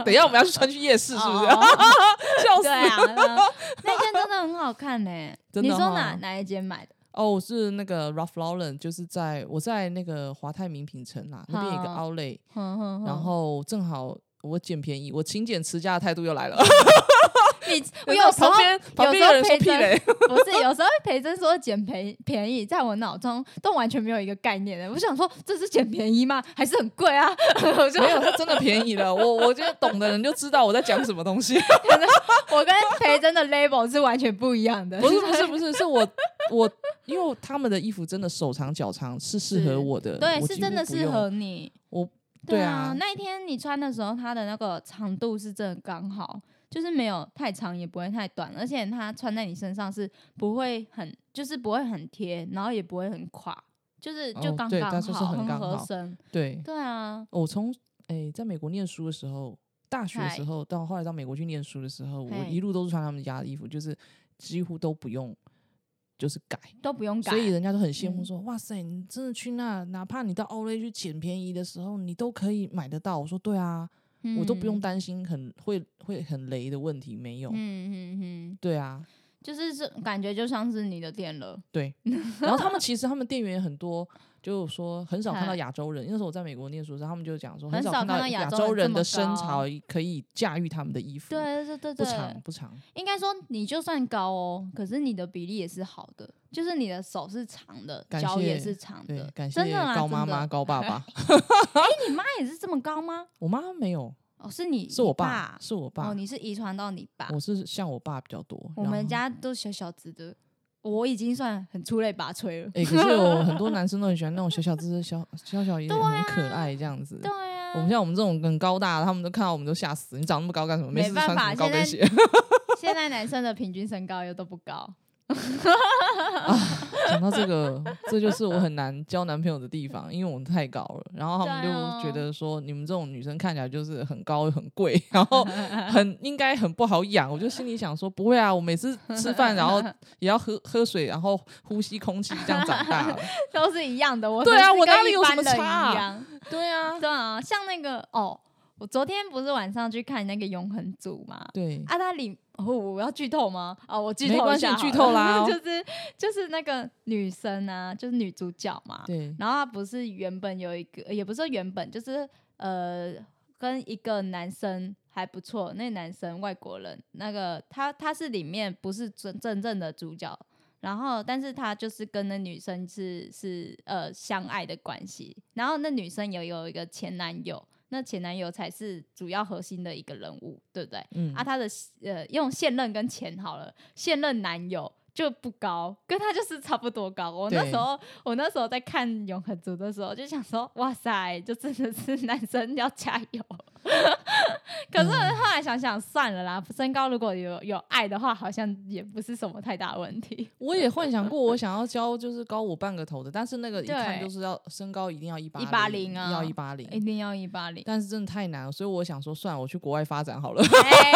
等一下我们要去穿去夜市，是不是？
哦
笑死
对！啊，那那件真的很好看呢、
真
你
的
说
哦
哪哪一件买的？
哦，我是那个 Ralph Lauren，就是在我在那个华泰名品城
嗯
啦，那边有一个
好
Outlet，
哼哼哼
然后正好我捡便宜，我勤俭持家的态度又来了。
你 我有时候
旁边旁边有人说屁嘞，
不是，有时候培珍说捡便便宜，在我脑中都完全没有一个概念的。我想说，这是捡便宜吗？还是很贵啊？ 我 就
没有，它真的便宜了。我我觉得懂的人就知道我在讲什么东 西。
我跟培珍的 label 是完全不一样的。
不是不是不是，是我我因为他们的衣服真的手长脚长，是适
是
合我的，
对，
我
是
几
真
乎
的
不
适
用
合你。
我。
对
对
啊
啊，
那一天你穿的时候，它的那个长度是真的刚好，就是没有太长，也不会太短，而且它穿在你身上是不会很，就是不会很贴，然后也不会很垮，就是就
哦
刚
对
刚
它就是
好，
很刚
合
好
身。
对，
对啊，
我从诶在美国念书的时候，大学的时
嗨
候到后来到美国去念书的时候，我
嘿
一路都是穿他们家的衣服，就是几乎都不用，就是改。
都不用改。
所以人家都很羡慕
嗯
说：“哇塞，你真的去那，哪怕你到 Olay 去捡便宜的时候，你都可以买得到。”我说：“对啊，我都不用
嗯
担心很会会很雷的问题，没有。
嗯嗯嗯，
对 啊，
就是这感觉就像是你的店了。
对，然后他们其实他们店员也很多，就说很少看到
嗨
亚洲人。那时候我在美国念书的时候，他们就讲说
很
少
少看到
到
亚
亚
洲
洲
人这
人
么
的身
高
材可以驾驭他们的衣服，，
对对对
不
对
长
对，
不长，
应该说你就算高哦，可是你的比例也是好的，就是你的手是长的，
感
脚也
谢
是长
对
的，，
感谢
真的啦，
高妈妈、
真的。
高爸爸。
你妈也是这么高吗？
我妈没有，
哦，是你，
是我
你
爸
爸，，
是我爸
哦，，你是遗传到你爸。
我是像我爸比较多。
我
然
们
后
家都小小只的，我已经算很出类拔 萃了。
哎、可是有很 多男生都很喜欢那种小小只、小小小也
对
很可爱这样子。
对啊，
我们像我们这种很高大的，他们都看到我们都吓死。你长那么高干什么？
没
事
办
穿什
法
么高
现在
跟鞋？
现在男生的平均身高又都不高。
讲到这个，这就是我很难交男朋友的地方，因为我们太高了。然后他们
对
就
啊
觉得说，你们这种女生看起来就是很高、很贵，然 后很应该很不好养。我就心里想说，不会啊，我每次吃饭然 后也要喝喝水，然后呼吸空气，这样长大 了。
都是一样的。我
对
们
啊
是
我
跟
哪里
一
有什
般
么
人
差啊
一样，
对啊，
对啊，像那个哦，我昨天不是晚上去看那个《永恒族》嘛？
对，
啊，它里哦，我要剧透吗？啊，我剧
没
透一
关系
下好了，
剧 透哦啦
就是就是那个女生啊，就是女主角嘛。
对，
然后她不是原本有一个，呃也不是说原本，就是呃，跟一个男生还不错，那男生外国人，那个他他是里面不是真真正的主角，然后但是他就是跟那女生是是呃相爱的关系，然后那女生也有一个前男友，那前男友才是主要核心的一个人物，对不对？
嗯
啊，他的呃用现任跟前好了，现任男友就不高，跟他就是差不多高。我那
对
时候我那时候在看《永恒族》的时候，就想说，哇塞，就真的是 男生要加油。 可是
嗯
后来想想，算了啦，身高如果有有爱的话，好像也不是什么太大问题。
我也幻想过，我想要交就是高我半个头的，但是那个一看
对
就是要身高一定要一八
180啊
要一八
一
零。
定要一八 零。
但是真的太难了，所以我想说，算了，我去国外发展好了。
哎、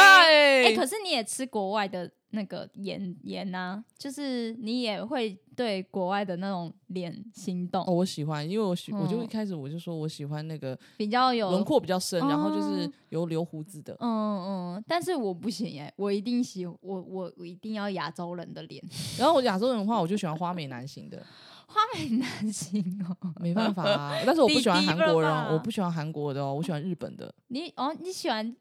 哎
可是你也吃国外的那个眼眼啊，就是你也会对国外的那种脸心动，
哦，我喜欢，因为我喜，我就
嗯
一开始我就说我喜欢那个
比较有
轮廓比较深，然后就是
哦
有留胡子的。
嗯嗯，但是我不行哎、我一定喜我我我一定要亚洲人的脸，
然后我亚洲人的话，我就喜欢花美男型的，
很难形哦。
没办法啊。但是我不喜欢
弟弟
韩
了
国人哦
吧，
我不喜欢韩国的哦，我喜欢日本的。
你哦，你喜欢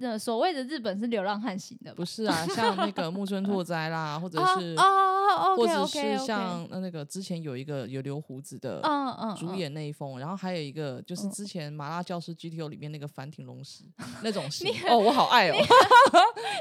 呃所谓的日本是流浪汉型的吧？
不是啊，像那个木村 拓哉啦，或者
啊
是，
哦
或
，OK
者
OK
是
OK，
像呃那个之前有一个有留胡子的
嗯嗯
主演那一封，然后还有一个就是
嗯
之前《麻辣教师 GTO》里面那个反町隆 史那种型哦，我好爱哦，
嗯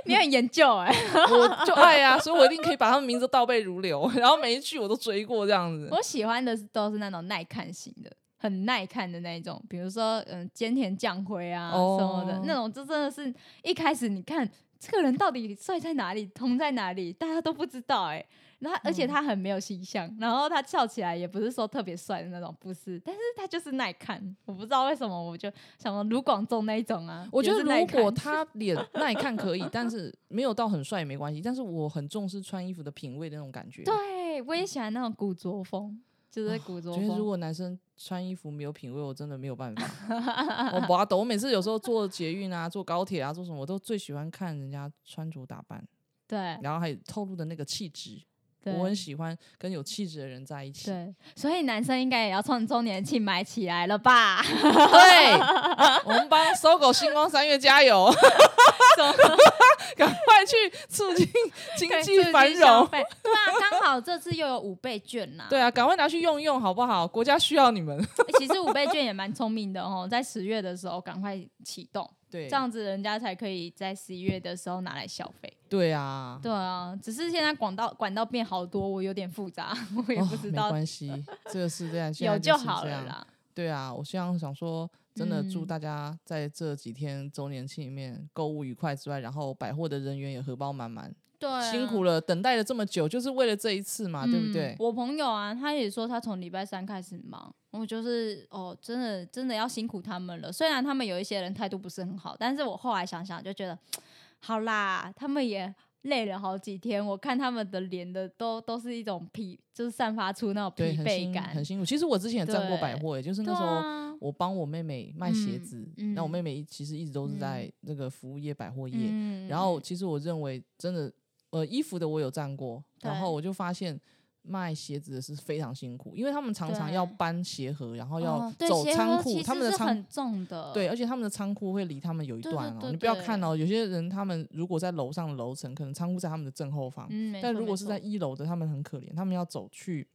你很研究哎、
我就爱啊，所以我一定可以把他们名字倒背如流， 然后每一句我都追过这样子。
我喜欢的是都是那种耐看型的。很耐看的那一种，比如说嗯，菅田将晖啊
哦
什么的，那种就真的是一开始你看这个人到底帅在哪里，通在哪里，大家都不知道哎、然后而
嗯
且他很没有形象，然后他笑起来也不是说特别帅的那种，不是，但是他就是耐看，我不知道为什么，我就想说卢广仲那一种啊，
我觉
也
得
是耐
如果
看
他脸耐看可以，但是没有到很帅也没关系。但是我很重视穿衣服的品味的那种感觉。
对我也喜欢那种古着风，就是古着
啊觉
风，
得如果男生穿衣服没有品味，我真的没有办法。 我不懂，我每次有时候坐捷运啊、坐高铁啊、做什么，我都最喜欢看人家穿着打扮，
对
然后还有透露的那个气质。
对，
我很喜欢跟有气质的人在一起。
对，所以男生应该也要趁周年庆买起来了 吧？
对，我们帮搜狗星光三月加油，赶快去促进经济繁
消
荣。
费，对啊，刚好这次又有五倍券啦。
对啊，赶快拿去用用好不好？国家需要你们。
欸其实五倍券也蛮聪明的哦，在十月的时候赶快启动，
对，
这样子人家才可以在十一月的时候拿来消费。
对啊，
对啊，只是现在管道管道变好多，我有点复杂， 我也
哦
不知
没
道。
关系，这个是这样，现
有
在
就是好
这
了
样。
啦，
对啊，我希望想说，真的祝
嗯
大家在这几天周年庆里面购物愉快之外，然后百货的人员也荷包满满，
对啊、
辛苦了，等待了这么久，就是为了这一次嘛，啊对不对
嗯？我朋友啊，他也说他从礼拜三开始忙，我就是哦，真的真的要辛苦他们了。虽然他们有一些人态度不是很好，但是我后来想想就觉得，好啦，他们也累了好几天，我看他们的脸的都都是一种疲，就是散发出那种
对，
疲
很
惫
辛
感
很。辛苦。其实我之前也站过百
对
货，也就是
对
那时候
啊，
我帮我妹妹卖鞋
嗯
子，
嗯
那我妹妹一其实一直都是
嗯
在那个服务业、百货业，
嗯
然后其实我认为真的，呃，衣服的我有站过，然后
对
我就发现卖鞋子的是非常辛苦，因为他们常常要
对
搬鞋盒，然后要
哦对
走
鞋
仓
盒
库，
其
他
实
们的
是
仓
很重的，
对，而且他们的仓库会离他们有一
对
段
对
哦，
对
你不要
对
看哦，有些人他们如果在楼上楼层，可能仓库在他们的正后方，
嗯，没
但
错
如果
没
是
错
在一楼的，他们很可怜，他们要走去。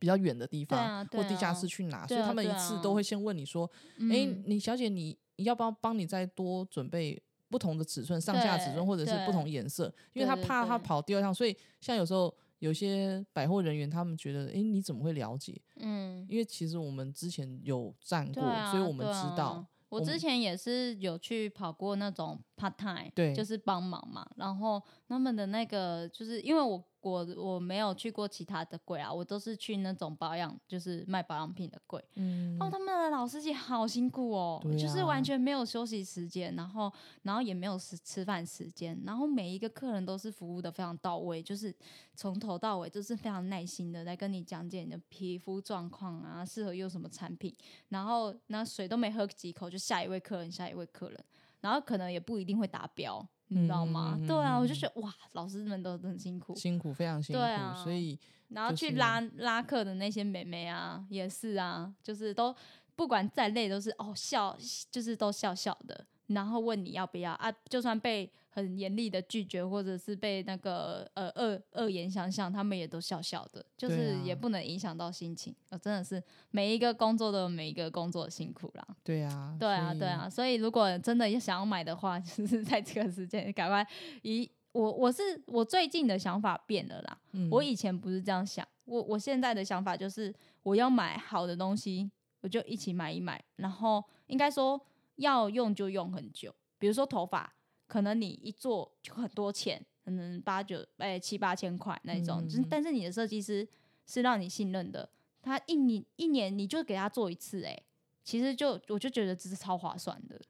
比较远的地
对
方、
啊对
或地下
啊
室去拿，所
对
以
啊
他们一
对
次
啊
都会先问你说：“哎、
嗯
你小姐你，你要不要帮你再多准备不同的尺寸、上下尺
对
寸，或者是不
对
同颜色？因为
对
他
对
怕他
对
跑第二趟，所以像有时候有些百货人员他们觉得，哎、你怎么会了解？
嗯，
因为其实我们之前有站过，
对啊，
所以我们
对
知
啊
道。
我
我
之
们
前也是有去跑过那种 part time，
对
就是帮忙嘛。然后他们的那个，就是因为我我我没有去过其他的柜啊，我都是去那种保养，就是卖保养品的柜。
嗯，
哦，他们的老司机好辛苦哦，
对
就是
啊
完全没有休息时间，然后然后也没有吃吃饭时间，然后每一个客人都是服务的非常到位，就是从头到尾就是非常耐心的在跟你讲解你的皮肤状况啊，适合用什么产品，然后那水都没喝几口就下一位客人，下一位客人，然后可能也不一定会达标，你知道吗？
嗯嗯嗯嗯
对啊，我
嗯
就觉得哇，老师们都很辛苦，
辛苦，非常辛苦，
对啊
所以
然后
就
去
是
拉拉客的那些美眉啊，也是啊，就是都不管再累都是哦笑，就是都笑笑的，然后问你要不要啊，就算被很严厉的拒绝，或者是被那个呃恶恶言相向，他们也都笑笑的，就
对
是
啊
也不能影响到心情。呃、真的是每一个工作都有每一个工作的辛苦啦。
对啊，
对啊，
所以
对啊，所以如果真的要想要买的话， 就是在这个时间赶快一我我是我最近的想法变了啦，
嗯
我以前不是这样想，我我现在的想法就是我要买好的东西，我就一起买一买，然后应该说要用就用很久，比如说头发，可能你一做就很多钱，可能八九哎七八千块那一种，就是
嗯
但是你的设计师是让你信任的，他一年一年你就给他做一次、哎，其实就我就觉得这是超划算的，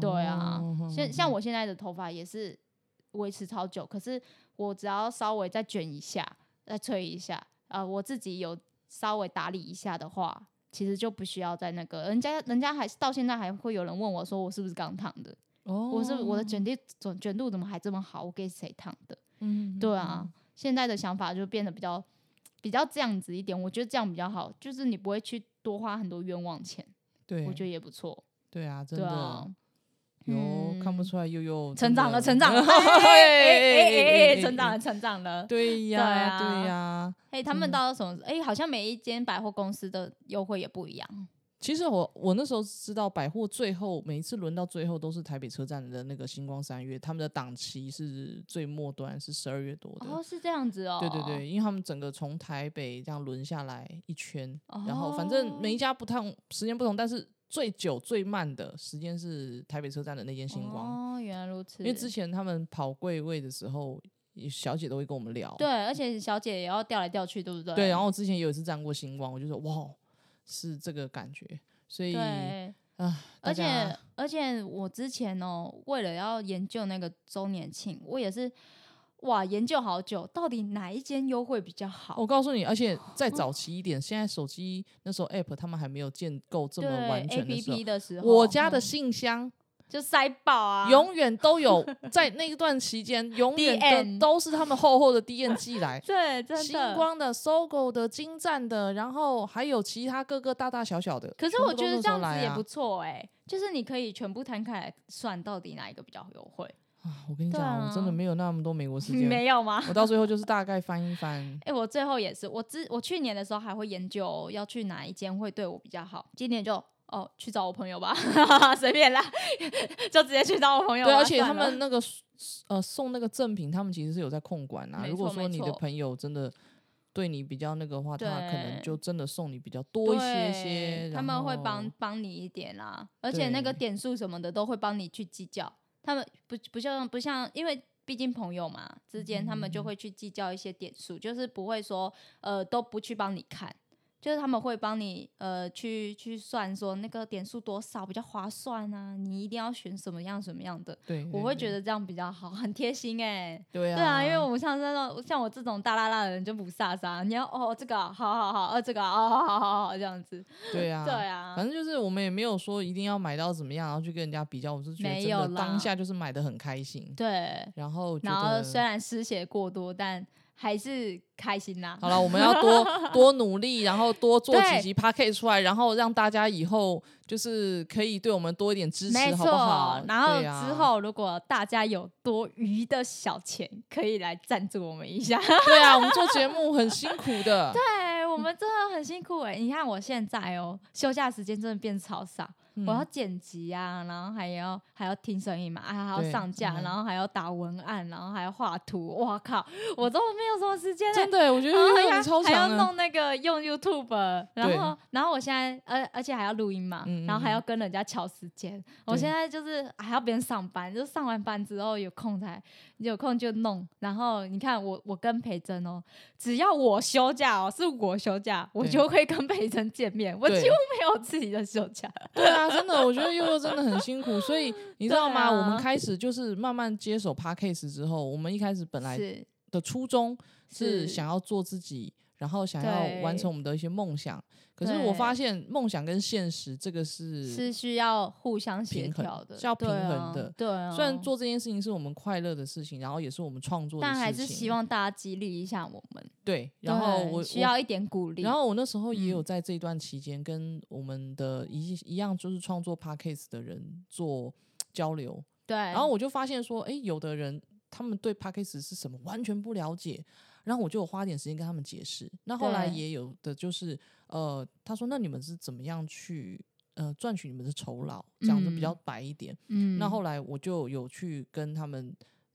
对啊
哦，
像像我现在的头发也是维持超久，可是我只要稍微再卷一下，再吹一下，呃，我自己有稍微打理一下的话，其实就不需要再那个。人家人家还是到现在还会有人问我说我是不是刚烫的，
哦
我是我的卷地卷卷度怎么还这么好，我给谁烫的？
嗯，
对啊，现在的想法就变得比较比较这样子一点，我觉得这样比较好，就是你不会去多花很多冤枉钱，
对，
我觉得也不错。
对啊，真
对啊
的，，有看不
嗯
出来悠悠
成
真
长了，
的
成长了，哎哎哎哎哎，成长了，成长了。
对
对
呀，
啊
对呀。
哎，他们
嗯
到底什么？哎，好像每一间百货公司的优惠也不一样。
其实我我那时候知道百货最后每一次轮到最后都是台北车站的那个星光三月，他们的档期是最末端是十二月多的。
哦，是这样子哦。
对对对，因为他们整个从台北这样轮下来一圈，
哦。
然后反正每一家不同时间不同，但是最久最慢的时间是台北车站的那间星光，
哦，原来如此。
因为之前他们跑柜位的时候，小姐都会跟我们聊，
对，而且小姐也要调来调去，对不对？
对，然后我之前也有一次站过星光，我就说哇，哦是这个感觉，所以啊，
对。
大
而且
家
而且我之前哦，为了要研究那个周年庆，我也是哇研究好久，到底哪一间优惠比较好？
我告诉你，而 且再早期一点，现在手机那时候 App 他们还没有建构这么
对
完全的
A P
时候
P，的时候，
我家的
嗯
信箱
就塞爆啊，
永远都 有在那一段期间，永远的
DM。
都是他们厚厚的 DM 寄来
对，真的
星。光的、搜狗的、金站的，然后还有其他各个大大小小的。
可是
全部
我
都
觉得
那
这
时候
样子
来
也
啊
不错哎、就是你可以全部摊开来算，到底哪一个比较优惠？
啊！我跟你
对
讲，我真的
啊
没有那么多美国时间，
没有吗？。
我到最后就是大概翻一翻
哎、我最后也是，我之我去年的时候还会研究要去哪一间会对我比较好，今年就哦去找我朋友吧， 随便啦， 就直接去找我朋友吧。
对，而且他
算了
们那个呃送那个赠品，他们其实是有在控管啊。
没
如果
错
说
没
你的
错
朋友真的对你比较那个的话，他可能
对
就真的送你比较多一些
对
些。
他
然
们会
后
帮帮你一点啦，而且那个
对
点数什么的都会帮你去计较。他们不不像不像，因为毕竟朋友嘛之间，他
嗯
们就会去计较一些点数，就是不会说呃都不去帮你看，就是他们会帮你呃去去算说那个点数多少比较划算啊，你一定要选什么样什么样的。
对，
我会觉
得
得这样比较好，很贴心哎、
对啊，
对啊，因为我们像这种像我这种大拉拉的人就不飒飒，你要哦这个啊好好好，呃这个啊哦好好好好这样子，
对啊，
对啊，
反正就是我们也没有说一定要买到怎么样，然后去跟人家比较。我是觉得
没
真
有
的
啦
当下就是买的很开心，
对，
然后觉
然后
得
虽然失血过多，但还是开心啦。
好了，我们要 多多努力，然后多做几
对
集 p a c k e 出来，然后让大家以后就是可以对我们多一点支
没
持，好
错
不好，？
然后
对啊
之后如果大家有多余的小钱，可以来赞助我们 一下。
对啊，我们做节目很辛苦的，
对我们真的很辛苦哎、你看我现在哦，休假时间真的变超少，
嗯
我要剪辑啊，然后还要还要听声音嘛，啊还
对
要上架，
嗯
然后还要打文案，然后还要画图，哇靠，我都没有什么时间了
真。的耶，我觉得
然后哦还
你超
要还要
强的，
弄那个用 YouTube，
对
然后然后我现在而而且还要录音嘛，
嗯嗯
然后还
嗯
要跟人家抢时间。我
对
现在就是还要别人上班，就上完班之后有空才有空就弄。然后你看我我跟培珍哦，只要我休假哦，是我休假，我
对
就会跟 培珍见面，我几
对
乎没有自己的休假。
对啊，真的，我觉得悠悠真的很辛苦，所以你知道吗？
对啊
我们开始就是慢慢接手 p a c k e 之后，我们一开始本来
是
的初衷是
是
想要做自己，然后想要完
对
成我们的一些梦想。可是我发
对
现梦想跟现实这个是，
是需要互相协
平衡
调的，
是要
对
平衡
啊
的
对啊，
虽然做这件事情是我们快乐的事情，然后也是我们创作的事
但
情，
还是希望大家激励一下我们。
对。然后
对
我
需
我
要一点鼓励。
然后我那时候也有
嗯
在这一段期间跟我们的一一样就是创作 podcast 的人做交流，
对，
然后我就发现说，哎，有的人他们对 podcast 是什么完全不了解，然后我就有花点时间跟他们解释。那后来
对
也有的就是，呃，他说那你们是怎么样去呃赚取你们的酬劳？讲的比较白一点。
嗯，
那后来我就有去跟他们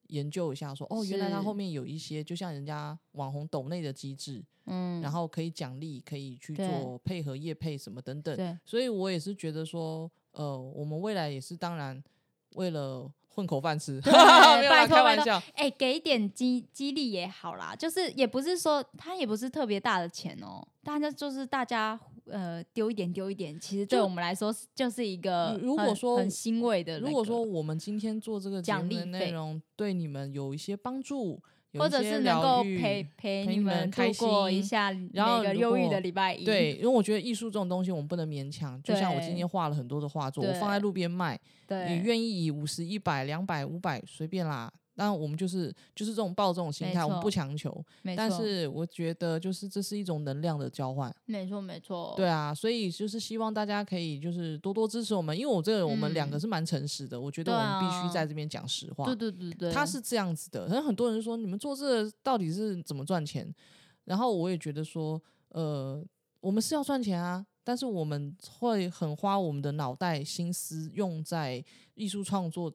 研究一下说，哦，原来他
是
后面有一些就像人家网红抖内的机制，
嗯，
然后可以奖励，可以去
对
做配合业配什么等等。
对
所以我也是觉得说，呃，我们未来也是当然为了混口饭吃，没 有啦
拜托
开
拜
玩
托
笑，
哎、给一点激激励也好啦，就是也不是说他也不是特别大的钱哦，大家就是大家呃丢一点丢一点，其实
就
对我们来说是就是一个
如如果
很
说
很欣慰的那个、
如果说我们今天做这个节
奖
目
励
的内
费
容对你们有一些帮助，有
或
一
者
些
是能
疗
够
愈
陪陪
陪
你
你们
们度
开
过一
心
下
然
每
后
个
如
忧郁
果
的礼拜一，
对，因为我觉得艺术这种东西我们不能勉强。就像我今
对
天画了很多的画作，我放在
对
路边卖，你
对，
愿意以五十、一百、两百、五百随便啦。但我们就是就是这种抱这种心
没
态，我们
错
不强求。
没
但
错，
是我觉得就是这是一种能量的交换，
没错没错，
对啊，所以就是希望大家可以就是多多支持我们，因为我这个我们两个
嗯
是蛮诚实的，我觉得
对
我们必须
啊
在这边讲实话。
对对对对，
他是这样子的。然后很多人说你们做这个到底是怎么赚钱？然后我也觉得说，呃，我们是要赚钱啊，但是我们会很花我们的脑袋心思用在艺术创作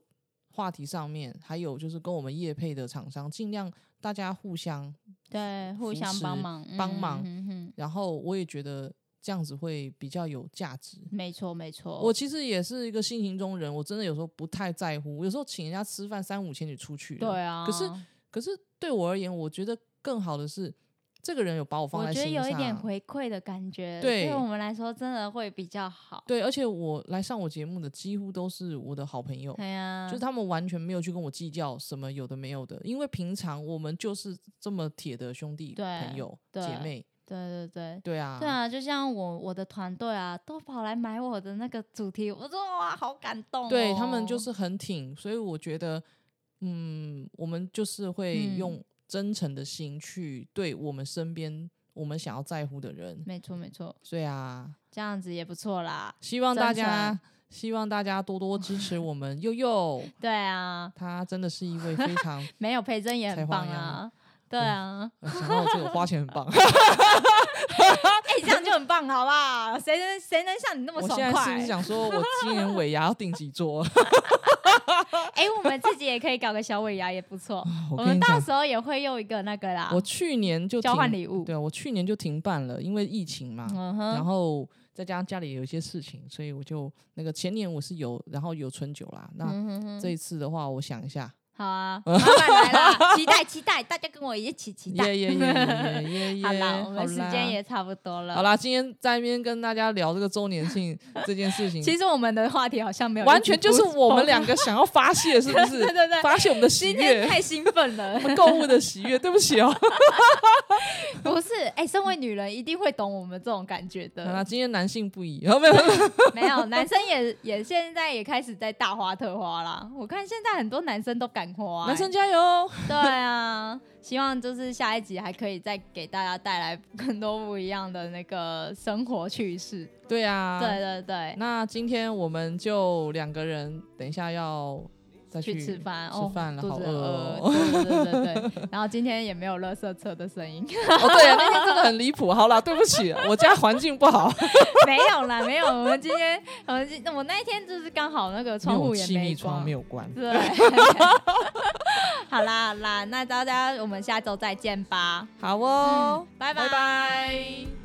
话题上面，还有就是跟我们业配的厂商，尽量大家互相。
对互
扶
相帮
持
忙
帮
嗯
忙
嗯嗯
然后我也觉得这样子会比较有价值。
没错没错，
我其实也是一个性情中人，我真的有时候不太在乎，有时候请人家吃饭三五千就出去了。
对啊，
可是可是对我而言，我觉得更好的是，这个人有把我放
我
在
觉
心
得
上，
有一点回馈的感觉，
对
对我们来说真的会比较好，
对，而且我来上我节目的几乎都是我的好朋友，
对呀，
就是他们完全没有去跟我计较什么有的没有的，因为平常我们就是这么铁的兄弟
对
朋友
对
姐妹，
对对对，
对啊，
对啊，就像我我的团队啊，都跑来买我的那个主题，我说哇，好感动、哦。
对他们就是很挺，所以我觉得，嗯，我们就是会
嗯
用真诚的心去对我们身边我们想要在乎的人，
没错没错，
对啊，
这样子也不错啦。
希望
真
大
诚
家，希望大家多多支持我 们悠悠，
对啊，
她真的是一位非 常，
没有培真也
才
很
华
棒
洋
啊。对啊，
呃想到这个花钱很 棒。
哎、这样就很棒，好不好？谁能谁能像你那么
我
爽
现在是不
快
是？想说，我今年尾牙要定几桌？
哎、我们自己也可以搞个小尾牙，也不错。我
哦跟
们
你
到
讲，
时候也会用一个那个啦
我，去年就
交换
停
礼物
对啊，啊我去年就停办了，因为疫情嘛，
嗯
然
哼，
后再加上家里有一些事情，所以我就那个前年我是有，然后有春酒啦。那
嗯哼哼
这一次的话，我想一下，
好啊，麻烦来啦，期待期待，大家跟我一起期待。
耶耶耶耶耶耶！
好啦，我们时
啦
间也差不多了。
好啦，今天在那边跟大家聊这个周年庆这件事情，
其实我们的话题好像没有，
完全就是我们两个想要发泄，是不是？
对对对
发泄我们的喜
今天
悦，
太兴 奋了。
购物的喜悦。对不起 哦，
不是，哎、身为女人一定会懂我们这种感觉
好啦，
的。
今天男性不宜，哦没有没有，没有
没有，男生也也现在也开始在大花特花啦。我看现在很多男生都敢花、
男生加油！
对啊，希望就是下一集还可以再给大家带来更多不一样的那个生活趣事。
对啊，
对。对对，
那今天我们就两个人，等一下要再
去吃饭哦，
吃饭了，
肚
好
子
饿
饿
哦。
对对对 对对。然后今天也没有垃圾车的声音。
哦，对啊，那天真的很离谱。好啦，对不起，啊我家环境不好，
没有啦，没有。我们今天，我们今我那一天就是刚好那个窗
因为
户
我
也
气密
没
窗
关
没。有关。
对， 好啦好啦，那大家我们下周再见吧，
好哦，
嗯拜
拜
拜
拜。